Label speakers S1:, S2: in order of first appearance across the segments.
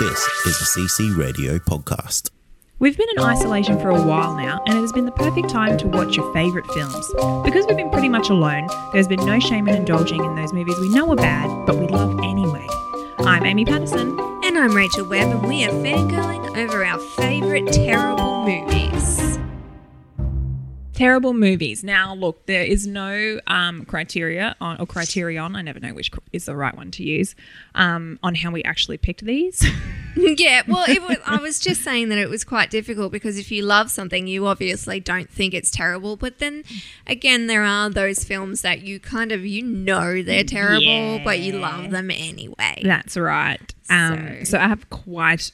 S1: This is a CC Radio podcast.
S2: We've been in isolation for a while now, and it has been the perfect time to watch your favourite films. Because we've been pretty much alone, there's been no shame in indulging in those movies we know are bad, but we love anyway. I'm Amy Patterson.
S3: And I'm Rachel Webb, and we are fangirling over our favourite terrible movies.
S2: Terrible movies. Now, look, there is no um, criteria on or criterion. I never know which cr- is the right one to use um, on how we actually picked these.
S3: yeah, well, it was, I was just saying that it was quite difficult because if you love something, you obviously don't think it's terrible. But then again, there are those films that you kind of you know they're terrible, but you love them anyway.
S2: That's right. Um, so.
S3: So-
S2: I have quite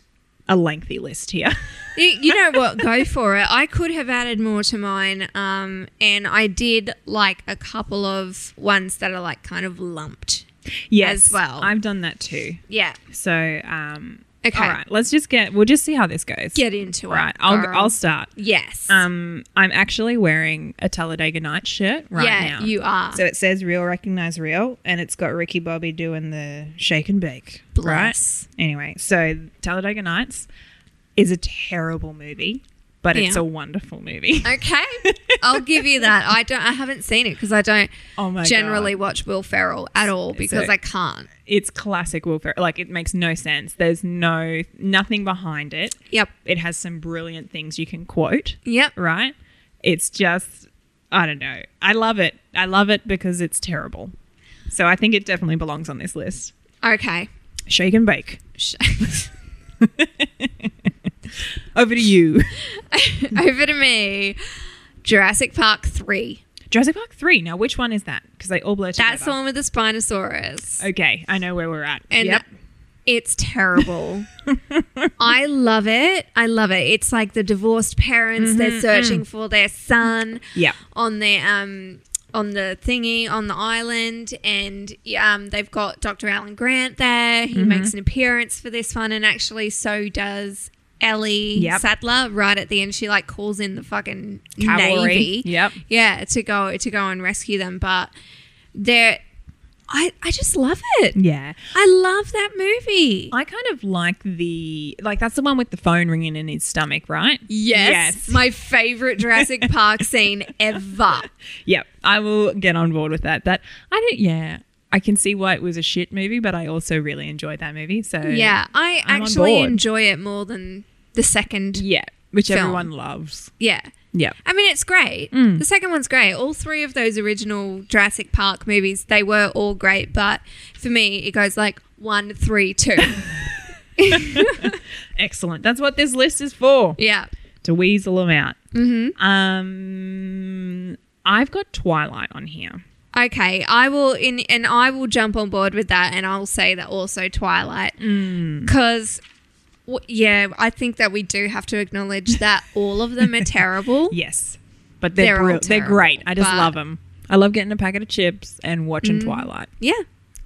S2: a lengthy list here.
S3: you, you know what? Go for it. I could have added more to mine, um, and I did like a couple of ones that are like kind of lumped.
S2: yes,
S3: As well.
S2: I've done that too.
S3: Yeah,
S2: So, um,
S3: Okay.
S2: all right, let's just get. We'll just see how this goes.
S3: get into
S2: right.
S3: it.
S2: I'll
S3: girl.
S2: I'll start.
S3: Yes.
S2: Um, I'm actually wearing a Talladega Nights shirt right
S3: yeah,
S2: now.
S3: you are.
S2: so it says "Real Recognize Real" and it's got Ricky Bobby doing the shake and bake.
S3: Bless.
S2: Right. Anyway, so Talladega Nights is a terrible movie, but it's
S3: Yeah.
S2: a wonderful movie.
S3: Okay, I'll give you that. I don't. I haven't seen it because I don't
S2: Oh my
S3: generally
S2: God.
S3: watch Will Ferrell at all because I can't.
S2: It's classic Will Ferrell. Like it makes no sense. There's no nothing behind it.
S3: Yep.
S2: It has some brilliant things you can quote.
S3: Yep.
S2: right? It's just, I don't know. I love it. I love it because it's terrible. So I think it definitely belongs on this list.
S3: Okay.
S2: Shake and bake.
S3: Sh-
S2: Over to you.
S3: Over to me. Jurassic Park three.
S2: Jurassic Park 3. Now, which one is that? Because they all blur together.
S3: That's the one with the Spinosaurus.
S2: Okay, I know where we're at.
S3: And
S2: yep.
S3: it's terrible. I love it. I love it. It's like the divorced parents,
S2: Mm-hmm.
S3: they're searching
S2: Mm.
S3: for their son.
S2: Yeah.
S3: on the um on the thingy on the island and um they've got Dr. Alan Grant there. He
S2: Mm-hmm.
S3: makes an appearance for this one and actually so does Ellie
S2: Yep.
S3: Sadler right at the end she like calls in the fucking
S2: Cavalry.
S3: navy.
S2: Yep.
S3: Yeah, to go to go and rescue them but they're I I just love it.
S2: Yeah.
S3: I love that movie.
S2: I kind of like the, like, that's the one with the phone ringing in his stomach, right?
S3: Yes, my favorite Jurassic Park scene ever.
S2: Yep, I will get on board with that. That I don't. Yeah, I can see why it was a shit movie, but I also really enjoyed that movie. So
S3: Yeah, I
S2: I'm on
S3: actually
S2: board.
S3: enjoy it more than the second.
S2: yeah, which
S3: Film.
S2: everyone loves.
S3: Yeah.
S2: Yeah,
S3: I mean, it's great.
S2: Mm.
S3: The second one's great. All three of those original Jurassic Park movies, they were all great, but for me, it goes like one, three, two.
S2: excellent. That's what this list is for
S3: yeah.
S2: to weasel them out. Mm-hmm. Um, I've got Twilight on here.
S3: Okay, I will in and I will jump on board with that, and I'll say that also Twilight,
S2: Mm.
S3: because yeah, I think that we do have to acknowledge that all of them are terrible.
S2: Yes, but they're
S3: They're
S2: they're,
S3: all
S2: they're great.
S3: terrible,
S2: I just
S3: but- Mm.
S2: love them. I love getting a packet of chips and watching Twilight.
S3: yeah,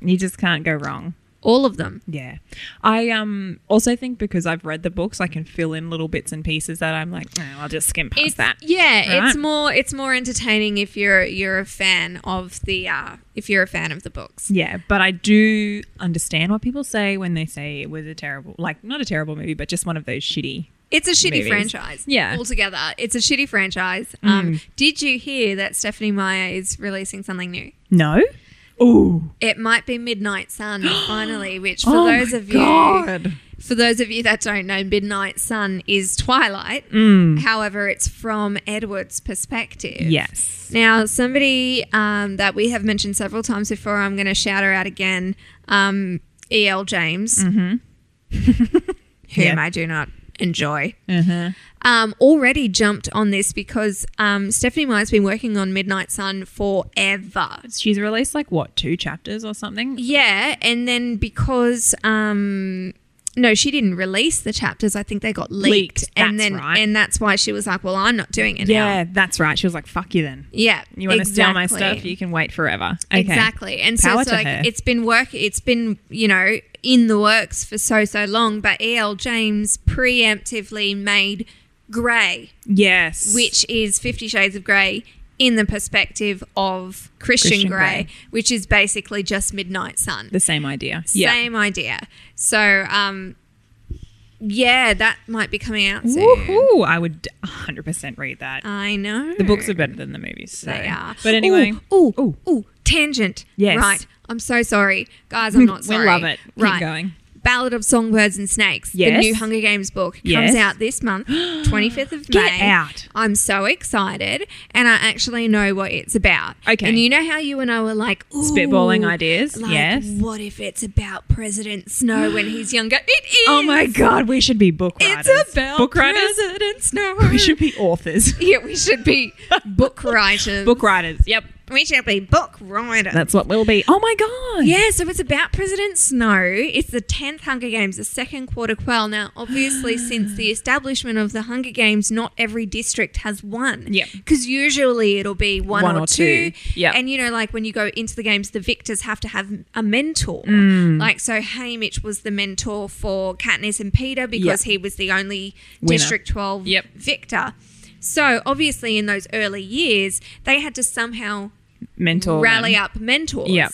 S2: You just can't go wrong.
S3: all of them.
S2: Yeah. I um also think because I've read the books, I can fill in little bits and pieces that I'm like, oh, I'll just skim past
S3: it's,
S2: that.
S3: Yeah,
S2: Right?
S3: it's more it's more entertaining if you're you're a fan of the uh, if you're a fan of the books.
S2: Yeah, but I do understand what people say when they say it was a terrible, like not a terrible movie, but just one of those shitty.
S3: It's a shitty
S2: Movies.
S3: franchise.
S2: Yeah. Mm.
S3: altogether, it's a shitty franchise. Um, did you hear that Stephanie Meyer is releasing something new?
S2: No. Ooh.
S3: It might be Midnight Sun finally, which for
S2: Oh
S3: those
S2: my
S3: of you
S2: God.
S3: for those of you that don't know, Midnight Sun is Twilight.
S2: Mm.
S3: However, it's from Edward's perspective.
S2: Yes.
S3: Now, somebody um, that we have mentioned several times before, I'm going to shout her out again, um, E.L. James, whom
S2: Mm-hmm. Yeah. Mm-hmm.
S3: I do not enjoy. Um, already jumped on this because um, Stephanie Meyer's been working on Midnight Sun forever.
S2: She's released like what two chapters or something.
S3: Yeah, and then because um no, she didn't release the chapters. I think they got leaked,
S2: Leaked,
S3: and
S2: that's
S3: then
S2: right.
S3: and that's why she was like, "Well, I'm not doing it now."
S2: Yeah, that's right. She was like, "Fuck you, then.
S3: Yeah,
S2: You want to sell my
S3: exactly.
S2: stuff? You can wait forever." Okay.
S3: Exactly, and so
S2: Power
S3: it's
S2: to
S3: like
S2: her.
S3: it's been work. It's been you know in the works for so so long, but E.L. James preemptively made Grey,
S2: Yes.
S3: which is Fifty Shades of Grey. In the perspective of Christian,
S2: Christian
S3: Grey,
S2: Grey.
S3: which is basically just Midnight Sun.
S2: the same idea. Yeah.
S3: Same idea. So, um, yeah, that might be coming out soon.
S2: Woohoo! I would 100% read that.
S3: I know.
S2: the books are better than the movies. So.
S3: Oh, They are.
S2: But anyway,
S3: Ooh, ooh, ooh, tangent.
S2: Yes.
S3: Right. I'm so sorry. Guys, I'm not
S2: We
S3: sorry.
S2: love it. Keep
S3: Right.
S2: going.
S3: Ballad of Songbirds and Snakes,
S2: Yes.
S3: the new Hunger Games book, comes
S2: Yes.
S3: out this month, 25th of
S2: Get
S3: May.
S2: out.
S3: I'm so excited, and I actually know what it's about.
S2: Okay.
S3: And you know how you and I were like, ooh,
S2: Spitballing ideas,
S3: Like,
S2: yes.
S3: What if it's about President Snow when he's younger? It is.
S2: oh my god, we should be book writers.
S3: It's about
S2: book writers.
S3: President Snow.
S2: We should be authors.
S3: Yeah, we should be book writers.
S2: book writers. Yep.
S3: We should be book writers.
S2: That's what we'll be. Oh my god.
S3: yeah, so it's about President Snow. It's the 10th Hunger Games, the second quarter quell. Now, obviously, since the establishment of the Hunger Games, not every district has one.
S2: Yep.
S3: Because usually it'll be one,
S2: One
S3: or,
S2: or
S3: two.
S2: two. Yep.
S3: And, you know, like when you go into the games, the victors have to have a mentor.
S2: Mm.
S3: Like, so Haymitch was the mentor for Katniss and Peter because he was the only
S2: Winner.
S3: District 12
S2: Yep.
S3: victor. So, obviously, in those early years, they had to somehow
S2: Mentor.
S3: rally
S2: them.
S3: up mentors.
S2: Yep.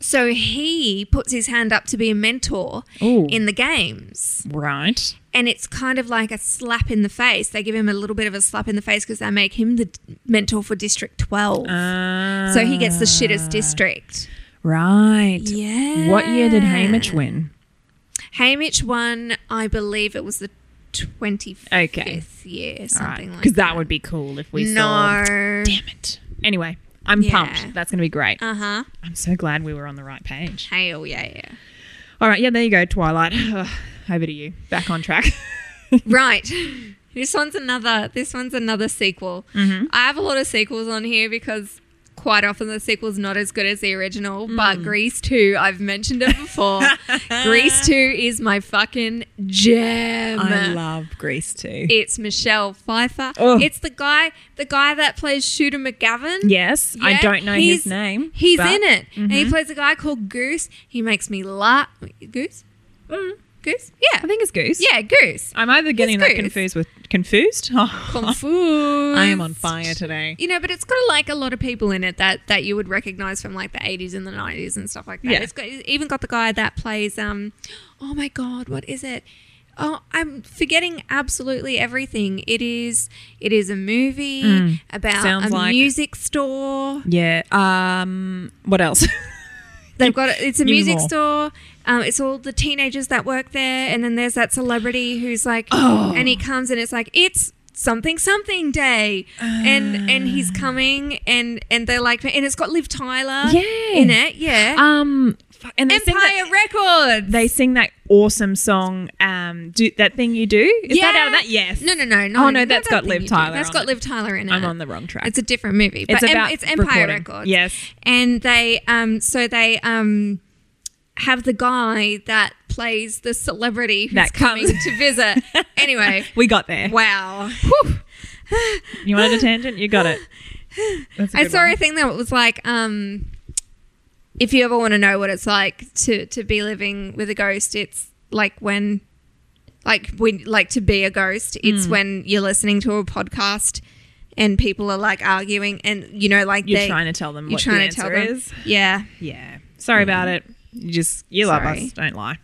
S3: So he puts his hand up to be a mentor
S2: Ooh.
S3: in the games.
S2: Right.
S3: And it's kind of like a slap in the face. They give him a little bit of a slap in the face because they make him the d- mentor for District 12.
S2: Uh,
S3: so he gets the shittest district.
S2: Right.
S3: Yeah.
S2: What year did Hamish win?
S3: Hamish won, I believe it was the 25th
S2: Okay.
S3: year,
S2: All right.
S3: something like
S2: Because that would be cool if we saw.
S3: No.
S2: Damn it. Anyway, I'm
S3: Yeah.
S2: pumped. That's going to be great.
S3: Uh huh.
S2: I'm so glad we were on the right page.
S3: Hell yeah, yeah.
S2: All right. Yeah, there you go, Twilight. Over to you. Back on track.
S3: Right. This one's another. This one's another sequel.
S2: Mm-hmm.
S3: I have a lot of sequels on here because quite often the sequel's not as good as the
S2: Mm.
S3: original. But Grease Two, I've mentioned it before. Grease Two is my fucking gem.
S2: love Grease too.
S3: it's Michelle Pfeiffer.
S2: Oh.
S3: It's the guy, the guy that plays Shooter McGavin.
S2: yes. I
S3: Yeah,
S2: don't know his
S3: he's-
S2: name.
S3: He's
S2: but- Mm-hmm.
S3: in it, and he plays a guy called Goose. He makes me laugh. Goose, Goose, yeah,
S2: Mm-hmm. I think it's Goose.
S3: yeah, Goose.
S2: I'm either getting that
S3: Goose.
S2: confused with confused.
S3: Confused.
S2: I am on fire today.
S3: You know, but it's got like a lot of people in it that that you would recognize from like the eighties and the nineties and stuff like that.
S2: Yeah.
S3: It's got it's even got the guy that plays um oh my god, what is it? Oh, I'm forgetting absolutely everything. It is it is a movie about
S2: Mm. Sounds
S3: a
S2: like-
S3: music store.
S2: Yeah. Um. What else?
S3: They've got a, it's a
S2: Give me
S3: music
S2: more.
S3: store. Um, it's all the teenagers that work there, and then there's that celebrity who's like,
S2: Oh.
S3: and he comes and it's like it's something something day, and and he's
S2: Ah.
S3: coming, and and they're like, and it's got Liv Tyler
S2: Yeah.
S3: in it, yeah,
S2: um. fuck, And they
S3: Empire
S2: sing that,
S3: Records.
S2: they sing that awesome song. Um. Do that thing you do. Is that out of that? Yes.
S3: No, no, no, no.
S2: Oh, no, that's
S3: that
S2: got
S3: thing
S2: Liv
S3: you do.
S2: Tyler
S3: That's
S2: on
S3: got
S2: it.
S3: Liv Tyler in it.
S2: I'm on the wrong track.
S3: It's a different movie. But
S2: It's
S3: it's, em-
S2: about
S3: it's Empire
S2: recording.
S3: Records.
S2: Yes.
S3: And they um so they um have the guy that plays the celebrity who's
S2: That
S3: coming
S2: comes-
S3: to visit. anyway.
S2: we got there.
S3: Wow.
S2: You wanted a tangent? You got it. That's a
S3: I
S2: good
S3: saw
S2: one.
S3: a thing that was like, um if you ever want to know what it's like to to be living with a ghost, it's like when like when like to be a ghost it's
S2: Mm.
S3: when you're listening to a podcast and people are like arguing and you know like
S2: You're
S3: they,
S2: trying to tell them
S3: you're
S2: what the
S3: trying to tell
S2: answer
S3: them
S2: is.
S3: yeah
S2: Yeah. Sorry about it. You just you love
S3: Sorry.
S2: us. Don't lie.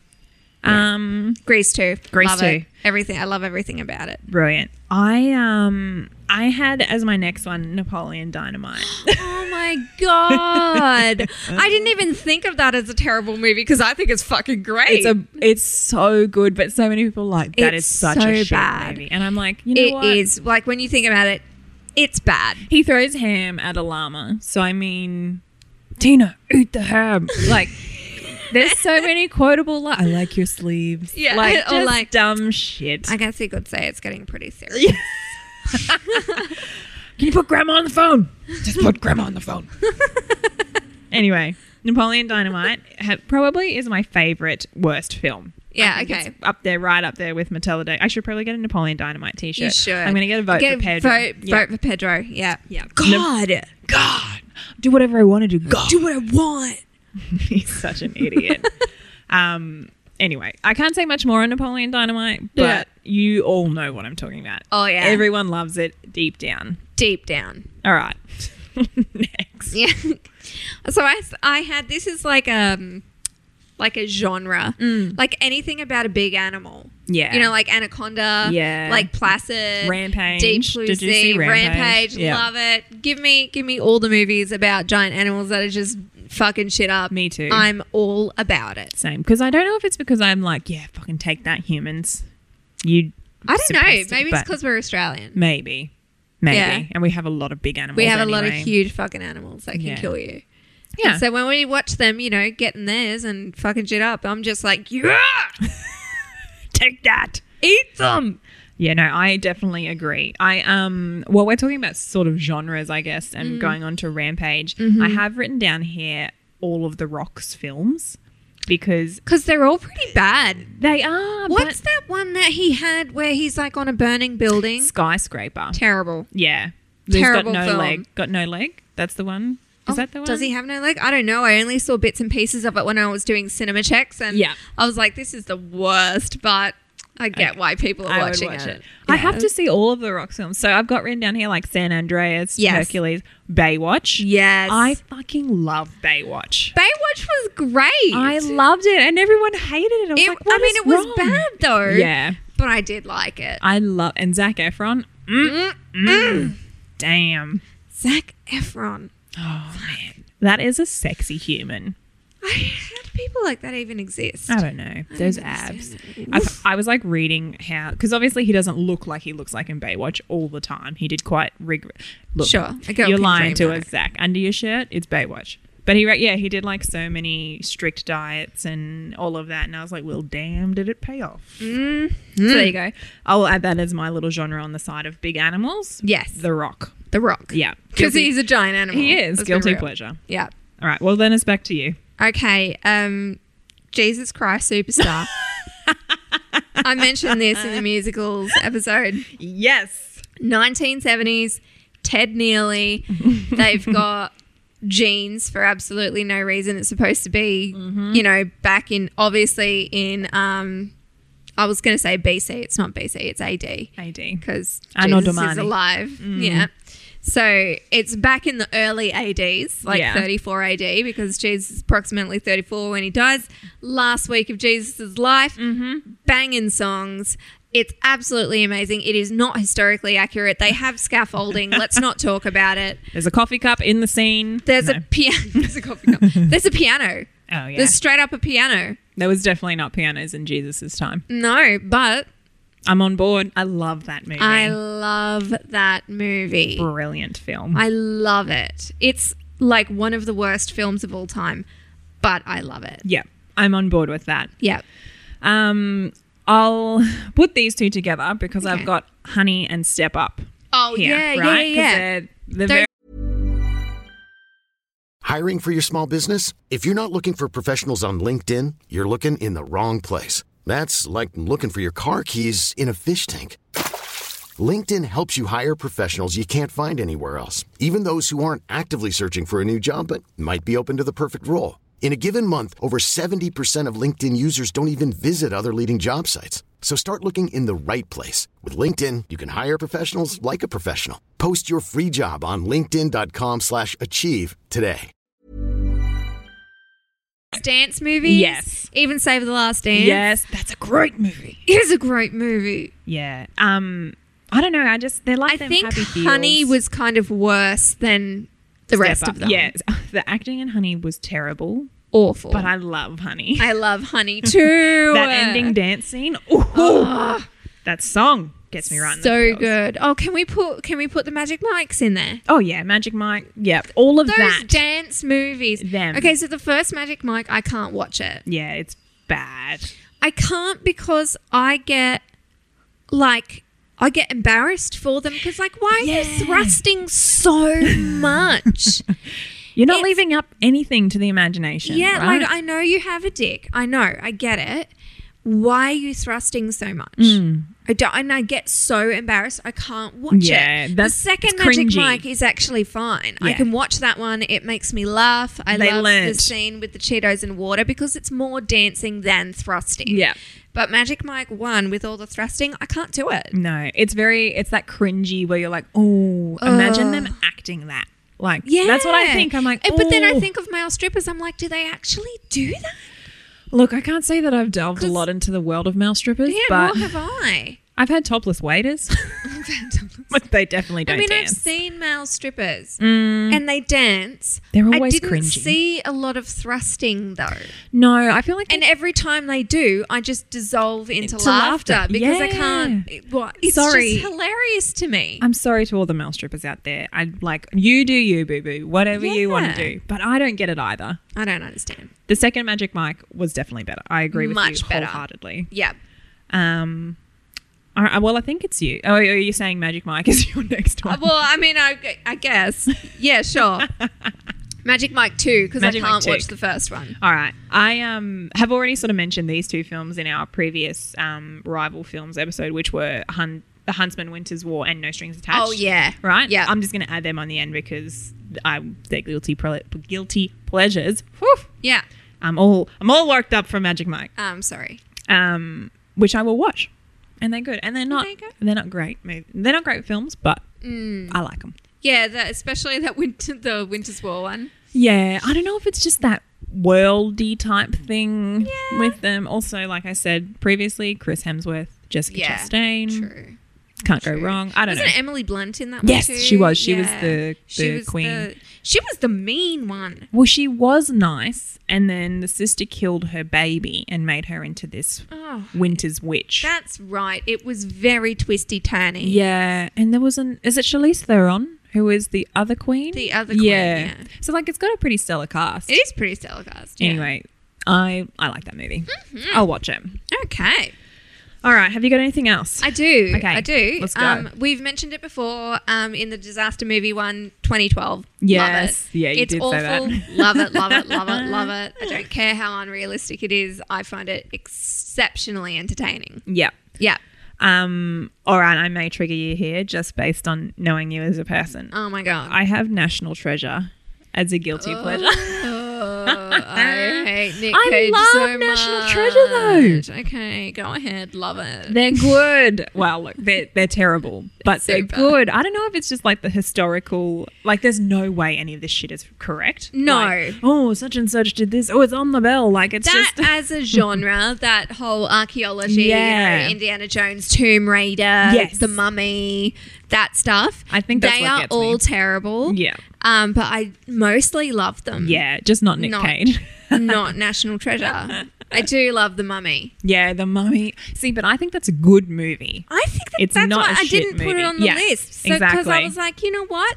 S2: Um.
S3: grease too
S2: Grease
S3: Love it.
S2: too.
S3: everything i love everything about it
S2: Brilliant. I um. I had as my next one Napoleon Dynamite.
S3: oh my god i didn't even think of that as a terrible movie because i think it's fucking great
S2: It's a it's so good, but so many people are like that is
S3: It's
S2: such
S3: so
S2: a shit
S3: bad.
S2: movie, and I'm like, you know
S3: It
S2: what?
S3: is, like when you think about it it's bad
S2: He throws ham at a llama, so I mean, Tina, eat the ham. Like
S4: There's so many quotable li I like your sleeves.
S3: Yeah,
S4: Like,
S3: or
S4: just
S3: like-
S2: Dumb shit.
S3: I guess you could say it's getting pretty serious.
S2: Can you put grandma on the phone? Just put grandma on the phone. anyway, Napoleon Dynamite ha- probably is my favorite worst film.
S3: Yeah,
S2: I think
S3: okay.
S2: it's up there, right up there with Matilda. Day. I should probably get a Napoleon Dynamite t shirt.
S3: You should.
S2: I'm going to get a vote for Pedro.
S3: Vote,
S2: Yeah.
S3: vote for Pedro. Yeah.
S2: Yeah.
S3: God.
S2: God. Do whatever I want to do. God.
S3: Do what I want.
S2: He's such an idiot. um, anyway, I can't say much more on Napoleon Dynamite, but
S3: Yeah.
S2: you all know what I'm talking about.
S3: Oh, yeah.
S2: Everyone loves it deep down.
S3: Deep down.
S2: All right. Next.
S3: Yeah. so I, I had this is like um like a genre, like anything about a big animal.
S2: Mm. Yeah.
S3: You know, like Anaconda.
S2: Yeah.
S3: Like Placid.
S2: Rampage.
S3: Deep Blue
S2: Did you see
S3: Sea.
S2: Rampage?
S3: Rampage.
S2: Yeah.
S3: Love it. Give me give me all the movies about giant animals that are just fucking shit up.
S2: Me too.
S3: I'm all about it.
S2: Same. Because I don't know if it's because I'm like, yeah, fucking take that, humans. You.
S3: I don't know.
S2: suppressed it,
S3: Maybe it's
S2: but
S3: because we're Australian.
S2: Maybe. Maybe.
S3: Yeah.
S2: And we have a lot of big animals.
S3: We have a lot of
S2: anyway.
S3: huge fucking animals that can
S2: Yeah.
S3: kill you.
S2: Yeah.
S3: And so when we watch them, you know, getting theirs and fucking shit up, I'm just like, yeah,
S2: take that.
S3: eat them.
S2: Yeah, no, I definitely agree. I um well we're talking about sort of genres, I guess,
S3: Mm.
S2: and going on to Rampage.
S3: Mm-hmm.
S2: I have written down here all of the Rock's films because
S3: Because they're all pretty bad.
S2: they are
S3: What's that one that he had where he's like on a burning building?
S2: but skyscraper.
S3: Terrible.
S2: yeah. He's
S3: terrible
S2: got no
S3: film.
S2: leg. Got no leg? That's the one. Is
S3: Oh,
S2: that the one?
S3: Does he have no leg? I don't know. I only saw bits and pieces of it when I was doing cinema checks, and
S2: Yeah.
S3: I was like, this is the worst. But I get why people are
S2: I would
S3: watching
S2: watch
S3: it.
S2: it. I have
S3: Yeah.
S2: to see all of the Rock films. So I've got written down here like San Andreas,
S3: Yes.
S2: Hercules, Baywatch.
S3: Yes,
S2: I fucking love Baywatch.
S3: Baywatch was great.
S2: I loved it, and everyone hated it. I was
S3: It-
S2: like, what
S3: I mean,
S2: is
S3: it was
S2: wrong?
S3: bad though.
S2: Yeah,
S3: but I did like it.
S2: I love and Zach Efron. Mm, mm. Damn,
S3: Zach Efron.
S2: oh man, that is a sexy human.
S3: I, how do people like that even exist?
S2: I don't know those abs. I, th- I was like reading how because obviously he doesn't look like he looks like in Baywatch all the time. He did quite rigorous. Look,
S3: Sure, a girl
S2: you're
S3: can
S2: lying
S3: dream
S2: to us,
S3: that.
S2: Zach. Under your shirt, it's Baywatch. But he, re- yeah, he did like so many strict diets and all of that, and I was like, well, damn, did it pay off? So there you go. I'll add that as my little genre on the side of big animals.
S3: Yes.
S2: The Rock.
S3: The Rock.
S2: Yeah,
S3: Because
S2: Guilty-
S3: he's a giant animal.
S2: he is
S3: Oh, Let's be
S2: guilty
S3: real.
S2: pleasure.
S3: Yeah.
S2: All right. Well, then it's back to you.
S3: Okay. Um, Jesus Christ Superstar. I mentioned this in the musicals episode.
S2: Yes.
S3: 1970s, Ted Neely. They've got jeans for absolutely no reason. It's supposed to be, you know, back in obviously in um I was going to say BC, it's not BC, it's AD
S2: Ad.
S3: because
S2: Anno
S3: Jesus is
S2: Domini.
S3: alive.
S2: Mm.
S3: Yeah. So it's back in the early ADs, like
S2: Yeah.
S3: 34 AD, because Jesus is approximately 34 when he dies. Last week of Jesus' life,
S2: Mm-hmm.
S3: banging songs. It's absolutely amazing. It is not historically accurate. They have scaffolding. Let's not talk about it.
S2: There's a coffee cup in the scene.
S3: There's
S2: No.
S3: a piano. There's a coffee cup. There's a piano.
S2: Oh yeah.
S3: There's straight up a piano.
S2: there was definitely not pianos in Jesus' time.
S3: No, but
S2: I'm on board. I love that movie.
S3: I love that movie.
S2: Brilliant film.
S3: I love it. It's like one of the worst films of all time, but I love it.
S2: yeah. I'm on board with that.
S3: Yeah.
S2: Um, I'll put these two together because
S3: Okay.
S2: I've got Honey and Step Up.
S3: Oh
S2: here, right?
S3: yeah, yeah,
S2: 'Cause
S3: yeah, yeah.
S2: They're, they're
S3: Those-
S2: very
S5: Hiring for your small business? If you're not looking for professionals on LinkedIn, you're looking in the wrong place. That's like looking for your car keys in a fish tank. LinkedIn helps you hire professionals you can't find anywhere else, even those who aren't actively searching for a new job but might be open to the perfect role. In a given month, over 70% of LinkedIn users don't even visit other leading job sites. So start looking in the right place. With LinkedIn, you can hire professionals like a professional. Post your free job on linkedin.com/achieve slash achieve today.
S3: Dance movies.
S2: Yes.
S3: Even Save the Last Dance.
S2: Yes, that's a great movie.
S3: It is a great movie.
S2: Yeah. Um, I don't know. I just they're like
S3: I
S2: them
S3: think
S2: happy
S3: Honey
S2: feels.
S3: was kind of worse than the
S2: Step
S3: rest
S2: Up.
S3: of them.
S2: Yeah, the acting in Honey was terrible,
S3: Awful.
S2: but I love Honey.
S3: I love Honey too. Uh,
S2: that ending dance scene, ooh, that song. gets me right. in the
S3: Ah. so
S2: feels.
S3: good. Oh, can we put can we put the magic mics in there?
S2: Oh yeah, Magic Mike. Yep, all of
S3: Those
S2: that.
S3: dance movies.
S2: Them.
S3: Okay, so the first Magic Mike, I can't watch it.
S2: yeah, it's bad.
S3: I can't because I get like I get embarrassed for them because like why are you thrusting so much?
S2: You're not
S3: It's-
S2: leaving up anything to the imagination.
S3: yeah,
S2: right?
S3: like I know you have a dick. I know, I get it. Why are you thrusting so much?
S2: Hmm.
S3: I don't, and I get so embarrassed. I can't watch
S2: Yeah,
S3: it. the
S2: that's-
S3: second
S2: it's
S3: Magic
S2: cringy.
S3: Mike is actually fine. I
S2: Yeah.
S3: can watch that one. It makes me laugh. I
S2: They
S3: love
S2: learnt.
S3: the scene with the Cheetos and water because it's more dancing than thrusting.
S2: Yeah.
S3: But Magic Mike one with all the thrusting, I can't do it.
S2: No, it's very it's that cringy where you're like, oh, imagine them acting that. Like, yeah, that's what I think. I'm like,
S3: Eh, but then I
S2: "Ooh."
S3: think of male strippers. I'm like, do they actually do that?
S2: look, I can't say that I've delved a
S3: 'Cause-
S2: lot into the world of male strippers,
S3: Yeah,
S2: but
S3: nor have I.
S2: I've had topless waiters, but they definitely don't
S3: I mean, I've
S2: dance. Mm.
S3: seen male strippers and they dance.
S2: They're
S3: I
S2: always
S3: didn't
S2: cringy.
S3: see a lot of thrusting though,
S2: no, I feel like
S3: and every time they do, I just dissolve into
S2: Into laughter,
S3: laughter, because I
S2: yeah.
S3: can't. It, what? It's
S2: Sorry.
S3: just hilarious to me.
S2: e- I'm sorry to all the male strippers out there. I like you do you, boo boo, whatever you want
S3: Yeah.
S2: to do, but I don't get it either.
S3: I don't understand.
S2: The second Magic Mike was definitely better. I agree with
S3: Much
S2: you
S3: better.
S2: wholeheartedly.
S3: Yeah.
S2: Um, all right, well, I think it's you. Oh, you're saying Magic Mike is your next
S3: Uh,
S2: one.
S3: Well, I mean, I, gu- I guess. Yeah, sure. Magic Mike two because I
S2: Magic Mike
S3: can't
S2: 2.
S3: watch the first one.
S2: All right. I um have already sort of mentioned these two films in our previous um rival films episode, which were Hun- The Huntsman Winter's War and No Strings Attached.
S3: Oh, yeah.
S2: Right?
S3: Yeah.
S2: I'm just going to add them on the end because I they're guilty pre- guilty pleasures. Whew.
S3: Yeah.
S2: I'm all I'm all worked up from Magic Mike.
S3: I'm sorry.
S2: Um which I will watch. And they're good. And they're not
S3: they're good. Mm.
S2: they're not great. mov- They're not great films, but I like them.
S3: Yeah, that, especially that winter, the Winter's War one.
S2: Yeah, I don't know if it's just that worldy type thing with them. Also, like I said previously, Chris Hemsworth, Jessica
S3: Yeah,
S2: Chastain,
S3: True.
S2: can't go
S3: true.
S2: wrong. I don't
S3: Wasn't
S2: know.
S3: Emily Blunt in that
S2: Yes,
S3: one? too?
S2: she was. She was the-
S3: She
S2: the
S3: was
S2: queen.
S3: the- she was the mean one.
S2: well, she was nice, and then the sister killed her baby and made her into this
S3: Oh,
S2: winter's witch.
S3: that's right. It was very twisty turny.
S2: yeah, and there was an is it Charlize Theron who is the other queen?
S3: The other queen, yeah.
S2: So like, it's got a pretty stellar cast.
S3: It is pretty stellar cast. yeah. Mm-hmm.
S2: Anyway, I I like that movie. I'll watch it.
S3: Okay.
S2: All right, have you got anything else?
S3: I do.
S2: Okay,
S3: I do.
S2: let's go.
S3: Um, we've mentioned it before um, in the disaster movie one, 2012.
S2: Yes.
S3: Love it.
S2: Yeah, you
S3: it's
S2: did
S3: awful.
S2: say that.
S3: love it, love it, love it, love it. I don't care how unrealistic it is. I find it exceptionally entertaining.
S2: yeah.
S3: Yeah.
S2: Um, all right, I may trigger you here just based on knowing you as a person.
S3: Oh my God.
S2: I have National Treasure as a guilty pleasure.
S3: Oh, I hate Nick
S2: I
S3: Cage
S2: love
S3: so
S2: National
S3: much.
S2: Treasure,
S3: though. Okay, go ahead, love it.
S2: They're good. Well, look, they're, they're terrible, but they're
S3: Super.
S2: good. I don't know if it's just like the historical, like, there's no way any of this shit is correct.
S3: No.
S2: Like, oh, such and such did this. Oh, it's on the bell. Like, it's
S3: That
S2: just.
S3: as a genre, that whole archaeology, you
S2: Yeah.
S3: know, Indiana Jones, Tomb Raider,
S2: Yes.
S3: The Mummy, that stuff.
S2: I think that's
S3: they
S2: what
S3: are
S2: gets me.
S3: all terrible.
S2: Yeah.
S3: Um, but I mostly love them.
S2: yeah, just not Nick
S3: Not-
S2: Cage.
S3: not National Treasure. I do love The Mummy.
S2: yeah, The Mummy. See, but I think that's a good movie.
S3: I think that
S2: It's
S3: that's
S2: not a
S3: why I
S2: shit
S3: didn't put
S2: movie.
S3: it on the
S2: Yeah,
S3: list. So because I
S2: exactly.
S3: was like, you know what?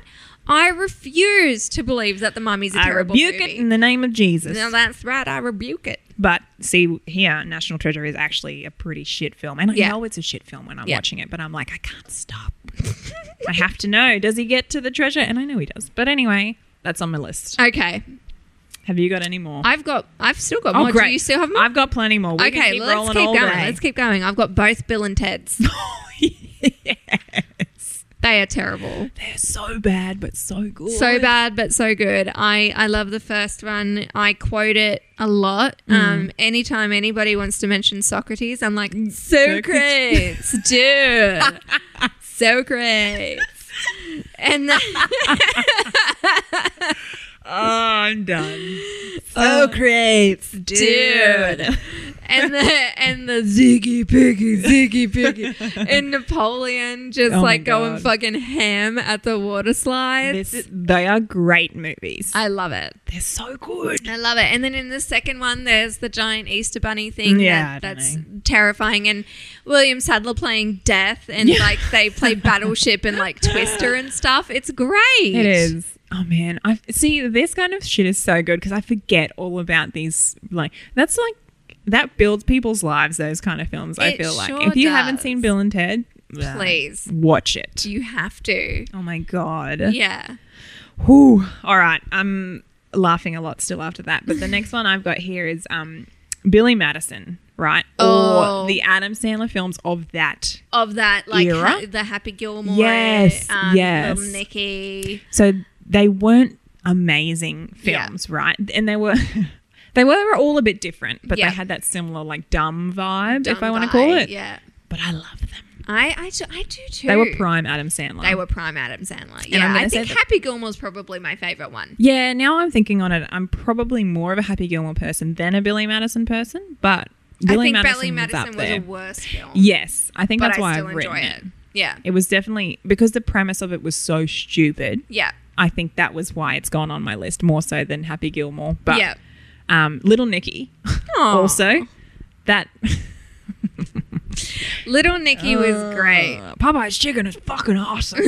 S3: I refuse to believe that the mummy's a
S2: I
S3: terrible
S2: rebuke
S3: movie.
S2: it in the name of Jesus.
S3: No, that's right. I rebuke it.
S2: But see here, National Treasure is actually a pretty shit film, and I
S3: Yeah.
S2: know it's a shit film when I'm
S3: Yeah.
S2: watching it. But I'm like, I can't stop. I have to know. Does he get to the treasure? And I know he does. But anyway, that's on my list.
S3: Okay,
S2: Have you got any more? Oh,
S3: I've got. I've still got more. Do you still have more?
S2: I've got plenty more. We okay,
S3: okay,
S2: can keep
S3: let's
S2: rolling
S3: keep
S2: all
S3: going.
S2: day.
S3: Let's keep going. I've got both Bill and Ted's.
S2: yes,
S3: They are terrible.
S2: they're so bad, but so good.
S3: So bad, but so good. I, I love the first one. I quote it a lot.
S2: Mm.
S3: Um, anytime anybody wants to mention Socrates, I'm like, Socrates, dude. Socrates. And then,
S2: Oh, I'm done.
S4: Oh, crepes.
S3: dude. and the and the Ziggy Piggy, Ziggy Piggy, and Napoleon just
S2: Oh my
S3: like going
S2: God.
S3: fucking ham at the water slides.
S2: This, they are great movies.
S3: I love it.
S2: They're so good.
S3: I love it. And then in the second one, there's the giant Easter Bunny thing.
S2: Yeah,
S3: that-
S2: I don't
S3: that's
S2: know.
S3: terrifying. And William Sadler playing Death, and like they play Battleship and like Twister and stuff. It's great.
S2: It is. Oh man, I see this kind of shit is so good because I forget all about these. Like that's like that builds people's lives. Those kind of films. I
S3: It
S2: feel like
S3: sure
S2: if you haven't
S3: does.
S2: seen Bill and Ted, uh,
S3: Please,
S2: watch it.
S3: you have to.
S2: Oh my god.
S3: Yeah.
S2: Whew. All right. I'm laughing a lot still after that. But the next one I've got here is um, Billy Madison, right?
S3: Oh.
S2: Or the Adam Sandler films of that.
S3: Of that, like
S2: Era?
S3: ha- the Happy Gilmore,
S2: Yes,
S3: um,
S2: yes.
S3: Little Nicky.
S2: So they weren't amazing
S3: Yeah.
S2: films, right? And they were. They were all a bit different, but
S3: Yeah.
S2: they had that similar like dumb vibe, if
S3: Dumb
S2: I want to
S3: Guy,
S2: call it.
S3: Yeah,
S2: But I love them.
S3: I I do, I do too.
S2: They were prime Adam Sandler.
S3: They were prime Adam Sandler.
S2: I'm
S3: Yeah,
S2: gonna
S3: I
S2: say
S3: think
S2: that-
S3: Happy Gilmore's probably my favorite one.
S2: Yeah, now I'm thinking on it, I'm probably more of a Happy Gilmore person than a Billy Madison person, but Billy
S3: I think
S2: Madison,
S3: Billy
S2: was,
S3: Madison
S2: up
S3: was,
S2: there.
S3: a worse film.
S2: Yes, I think
S3: but
S2: that's
S3: I
S2: why
S3: still
S2: I've
S3: enjoy
S2: written it.
S3: it. Yeah,
S2: It was definitely because the premise of it was so stupid.
S3: yeah,
S2: I think that was why it's gone on my list more so than Happy Gilmore. But
S3: yeah.
S2: um, Little Nicky
S3: Oh.
S2: also that
S3: Little Nicky
S2: Uh.
S3: was great,
S2: Popeye's chicken is fucking awesome.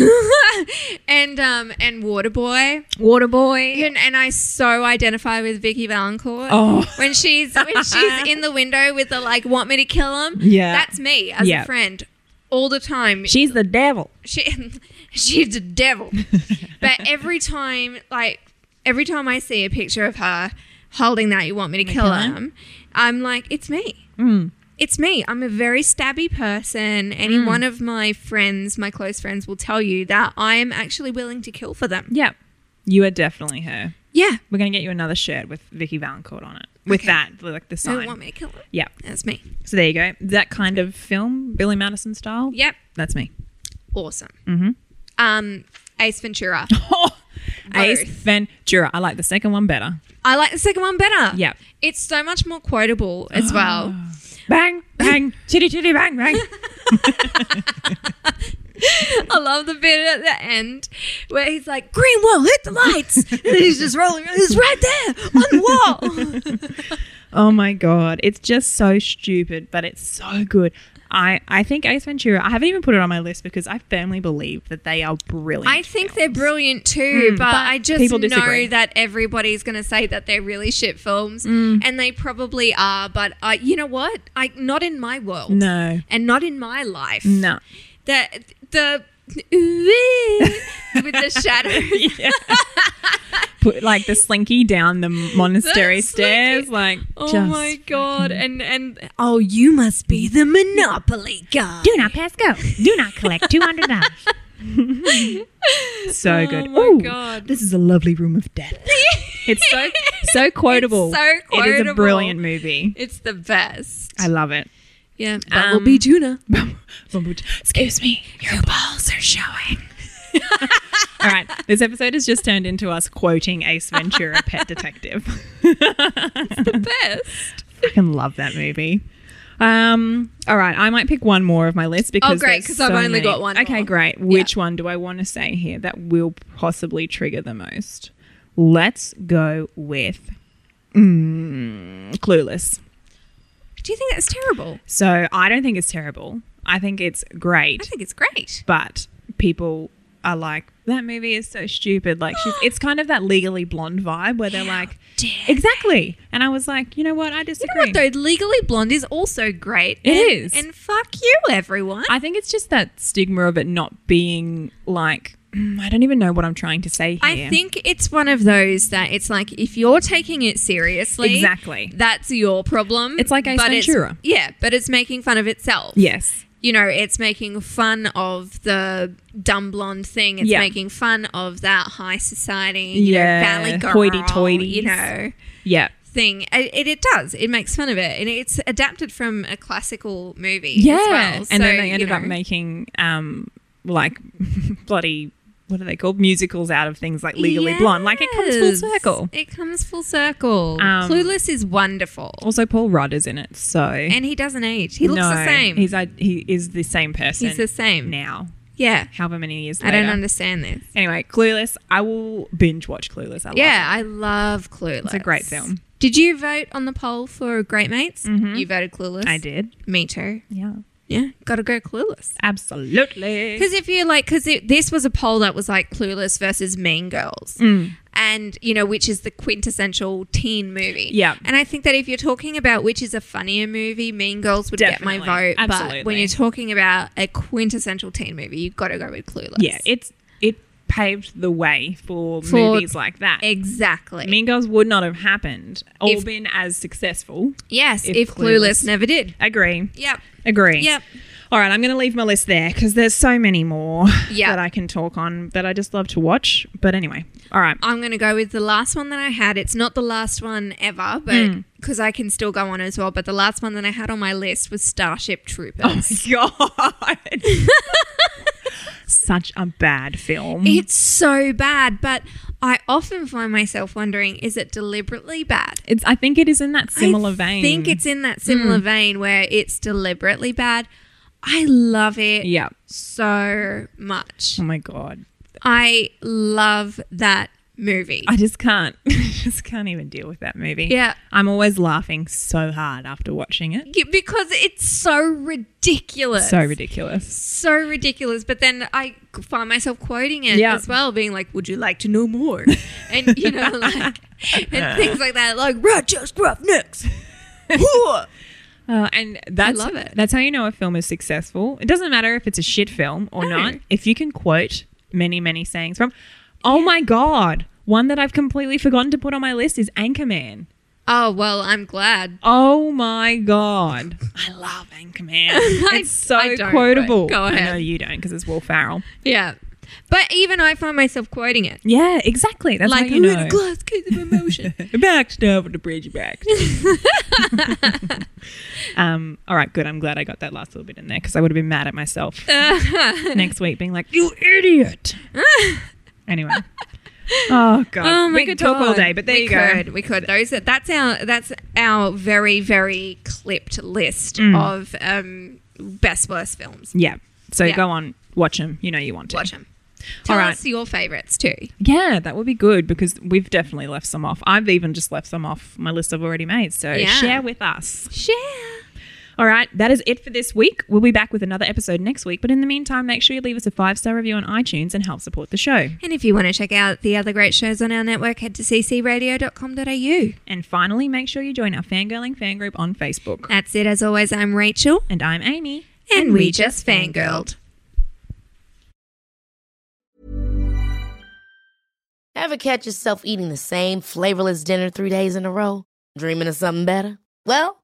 S3: and um and Waterboy,
S2: Waterboy.
S3: and, and I so identify with Vicky Valancourt.
S2: Oh.
S3: when she's when she's in the window with the like, want me to kill him?
S2: Yeah.
S3: that's me as
S2: Yeah.
S3: a friend all the time.
S2: She's the devil.
S3: she she's the devil. but every time, like every time I see a picture of her holding that, you want me to kill
S2: Michaela?
S3: him. I'm like, it's me. It's me. I'm a very stabby person. Any one of my friends, my close friends, will tell you that I am actually willing to kill for them.
S2: Yeah. You are definitely her.
S3: Yeah.
S2: We're gonna get you another shirt with Vicky Valancourt on it. With
S3: Okay.
S2: that, like the
S3: So
S2: sign.
S3: you want me to kill him?
S2: yeah.
S3: That's me.
S2: So there you go. That kind of film, Billy Madison style.
S3: Yep.
S2: That's me.
S3: Awesome. Um, Ace Ventura.
S2: Ace
S3: Both.
S2: Ventura. I like the second one better.
S3: I like the second one better.
S2: Yep.
S3: It's so much more quotable as well.
S2: Bang, bang, chitty chitty, bang, bang.
S3: I love the bit at the end where he's like, "Green wall, hit the lights," and he's just rolling. It's right there on the wall.
S2: oh my god, it's just so stupid, but it's so good. I, I think Ace Ventura. I haven't even put it on my list because I firmly believe that they are brilliant.
S3: I think they're brilliant too, but,
S2: Mm, but
S3: I just
S2: people
S3: know
S2: disagree.
S3: that everybody's going to say that they're really shit films,
S2: Mm.
S3: and they probably are. But I, you know what? I not in my world,
S2: no,
S3: and not in my life.
S2: no.
S3: the the with the shadows.
S2: Put like the slinky down the monastery
S3: The
S2: stairs,
S3: Slinky.
S2: like
S3: Oh
S2: just mm.
S3: my god! And and oh, you must be the Monopoly guy.
S6: Do not pass go. Do not collect two hundred dollars.
S2: so good.
S3: Oh my
S2: Ooh,
S3: God.
S2: this is a lovely room of death. It's so so quotable.
S3: so
S2: It is a
S3: quotable.
S2: brilliant movie.
S3: It's the best.
S2: I love it.
S3: yeah,
S2: Um,
S3: Bumblebee tuna.
S2: Excuse me, your balls are showing. All right, this episode has just turned into us quoting Ace Ventura, Pet Detective.
S3: Best.
S2: Fucking love that movie. Um, all right, I might pick one more of my list because
S3: great,
S2: there's
S3: 'cause I've
S2: so
S3: only
S2: many.
S3: got one
S2: Okay,
S3: more.
S2: great. Which one do I want to say here that will possibly trigger the most? Let's go with mm, Clueless.
S3: Do you think that's terrible?
S2: So I don't think it's terrible. I think it's great.
S3: I think it's great.
S2: but people are like that movie is so stupid like she's, it's kind of that legally blonde vibe where they're like exactly and i was like you know what i
S3: You
S2: disagree
S3: know what though? Legally Blonde is also great.
S2: It
S3: It
S2: is.
S3: is. and, And fuck you, everyone.
S2: i think it's just that stigma of it not being like mm, i don't even know what i'm trying to say here
S3: I think it's one of those that it's like if you're taking it seriously,
S2: Exactly.
S3: that's your problem.
S2: It's like Ace
S3: but it's-
S2: Ventura.
S3: yeah, but it's making fun of itself.
S2: yes
S3: you know, it's making fun of the dumb blonde thing. It's
S2: Yeah.
S3: making fun of that high society,
S2: Yeah,
S3: yeah, know, valley girl,
S2: hoity-toity.
S3: you know,
S2: yeah
S3: thing. I- It, it does. It makes fun of it, and it's adapted from a classical movie. as well.
S2: and
S3: So,
S2: then they
S3: you
S2: ended up
S3: know,
S2: making um like bloody what are they called? Musicals out of things like Legally Blonde. Like it comes full
S3: Yes.
S2: circle.
S3: It comes full circle.
S2: Um,
S3: Clueless is wonderful.
S2: Also, Paul Rudd is in it, so
S3: And he doesn't age. He looks
S2: No,
S3: the same.
S2: He's a, he is the same person.
S3: He's the same.
S2: now.
S3: yeah.
S2: However many years
S3: I
S2: later.
S3: don't understand this.
S2: Anyway, Clueless. I will binge watch Clueless. I
S3: Yeah, I love Clueless. It's
S2: a great film.
S3: Did you vote on the poll for Great Mates? You voted Clueless.
S2: love it. I did.
S3: Me too.
S2: Yeah,
S3: Yeah, gotta go Clueless.
S2: absolutely.
S3: Because if you like, because this was a poll that was like Clueless versus Mean Girls.
S2: Mm.
S3: And, you know, which is the quintessential teen movie.
S2: Yeah.
S3: And I think that if you're talking about which is a funnier movie, Mean Girls would get my
S2: Definitely.
S3: vote.
S2: Absolutely.
S3: But when you're talking about a quintessential teen movie, you've got to go with Clueless.
S2: Yeah, it's it paved the way for,
S3: For-
S2: movies like that.
S3: Exactly.
S2: mean Girls would not have happened or
S3: If-
S2: been as successful.
S3: yes,
S2: if
S3: if,
S2: Clueless-
S3: Clueless never did.
S2: Agree.
S3: Yep.
S2: Agree.
S3: Yep.
S2: All right, I'm going to leave my list there because there's so many more
S3: Yeah.
S2: that I can talk on that I just love to watch. But anyway, all right.
S3: I'm going to go with the last one that I had. It's not the last one ever, but
S2: Mm.
S3: because I can still go on as well. But the last one that I had on my list was Starship
S2: Oh
S3: Troopers.
S2: God. Such a bad film.
S3: It's so bad, but I often find myself wondering is it deliberately bad?
S2: It's. I think it is in that similar
S3: I
S2: vein. Mm.
S3: think it's in that similar vein where it's deliberately bad. I love it
S2: Yeah.
S3: so much.
S2: Oh my god.
S3: I love that movie.
S2: I just can't. just can't even deal with that movie.
S3: Yeah.
S2: I'm always laughing so hard after watching it.
S3: because it's so ridiculous.
S2: So ridiculous.
S3: so ridiculous. But then I find myself quoting it
S2: Yeah.
S3: as well, being like, "Would you like to know more?" and you know, like and things like that, like Roger's Roughnecks.
S2: Uh, and that's
S3: love it.
S2: That's how you know a film is successful. It doesn't matter if it's a shit film or
S3: No.
S2: not. If you can quote many many sayings from, oh my god. One that I've completely forgotten to put on my list is Anchorman.
S3: Oh well, I'm glad.
S2: Oh my god! I love Anchorman. It's so
S3: I don't, but
S2: quotable.
S3: go
S2: I know
S3: ahead.
S2: you don't because it's Will Farrell.
S3: Yeah, but even I find myself quoting it,
S2: Yeah, exactly. That's
S3: like
S2: how
S3: I'm
S2: you
S3: in
S2: know.
S3: a glass case of emotion.
S2: back down with the bridge back. um, all right, good. I'm glad I got that last little bit in there because I would have been mad at myself next week, being like, "You idiot." anyway. Oh god,
S3: Oh my
S2: we could talk all
S3: God.
S2: day, but there
S3: we
S2: you
S3: could,
S2: go.
S3: We could. Those are, that's our that's our very very clipped list
S2: Mm.
S3: of um, best worst films.
S2: Yeah. So
S3: Yeah.
S2: go on, watch them. You know you want to
S3: Watch them. Tell
S2: right.
S3: us your favorites too.
S2: Yeah, that would be good because we've definitely left some off. I've even just left some off my list I've already made. So
S3: Yeah.
S2: share with us.
S3: Share.
S2: All right, that is it for this week. We'll be back with another episode next week. But in the meantime, make sure you leave us a five star review on iTunes and help support the show.
S3: And if you want to check out the other great shows on our network, head to ccradio.com.au.
S2: And finally, make sure you join our fangirling fan group on Facebook.
S3: That's it. As always, I'm Rachel,
S2: And I'm Amy.
S3: and, we just fangirled.
S7: Ever catch yourself eating the same flavorless dinner three days in a row? Dreaming of something better? Well,